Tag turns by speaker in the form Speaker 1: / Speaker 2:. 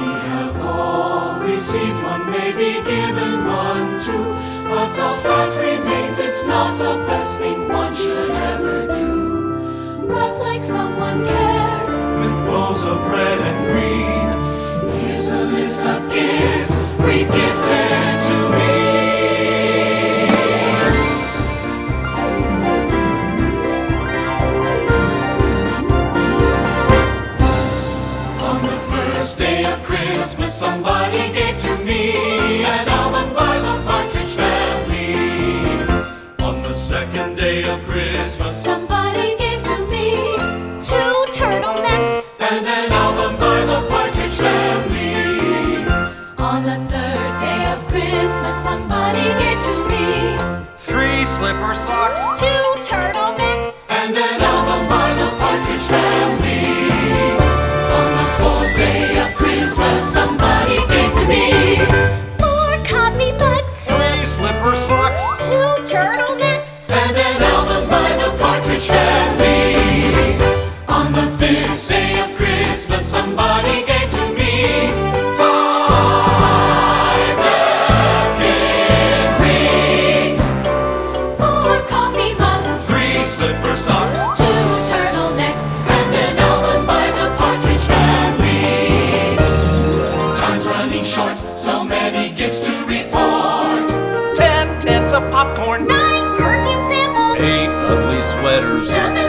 Speaker 1: We have all received one may be given one too, but the fact remains it's not the best thing one should ever do. Not like someone cares with bows of red and green. Here's a list of gifts we gifted to me. On the first day of Christmas, somebody gave to me an album by the Partridge Family. On the second day of Christmas,
Speaker 2: Somebody gave to me two turtlenecks.
Speaker 1: and an album by the Partridge Family.
Speaker 2: On the third day of Christmas, somebody gave to me
Speaker 3: Three slipper socks.
Speaker 2: two turtlenecks.
Speaker 1: And an album by the Partridge Family. On the fourth day of Christmas, somebody gave to me.
Speaker 2: Four coffee mugs,
Speaker 3: Three slipper socks.
Speaker 2: two turtlenecks.
Speaker 1: and an album by the Partridge Family. On the fifth day of Christmas, somebody gave to me five napkin rings,
Speaker 2: Four coffee mugs,
Speaker 1: three slipper socks,
Speaker 2: two turtlenecks.
Speaker 1: and an album by the Partridge Family. Time's running short, so many gifts to report.
Speaker 3: Ten tins of popcorn.
Speaker 2: Nine perfume samples,
Speaker 3: Eight ugly sweaters.
Speaker 2: seven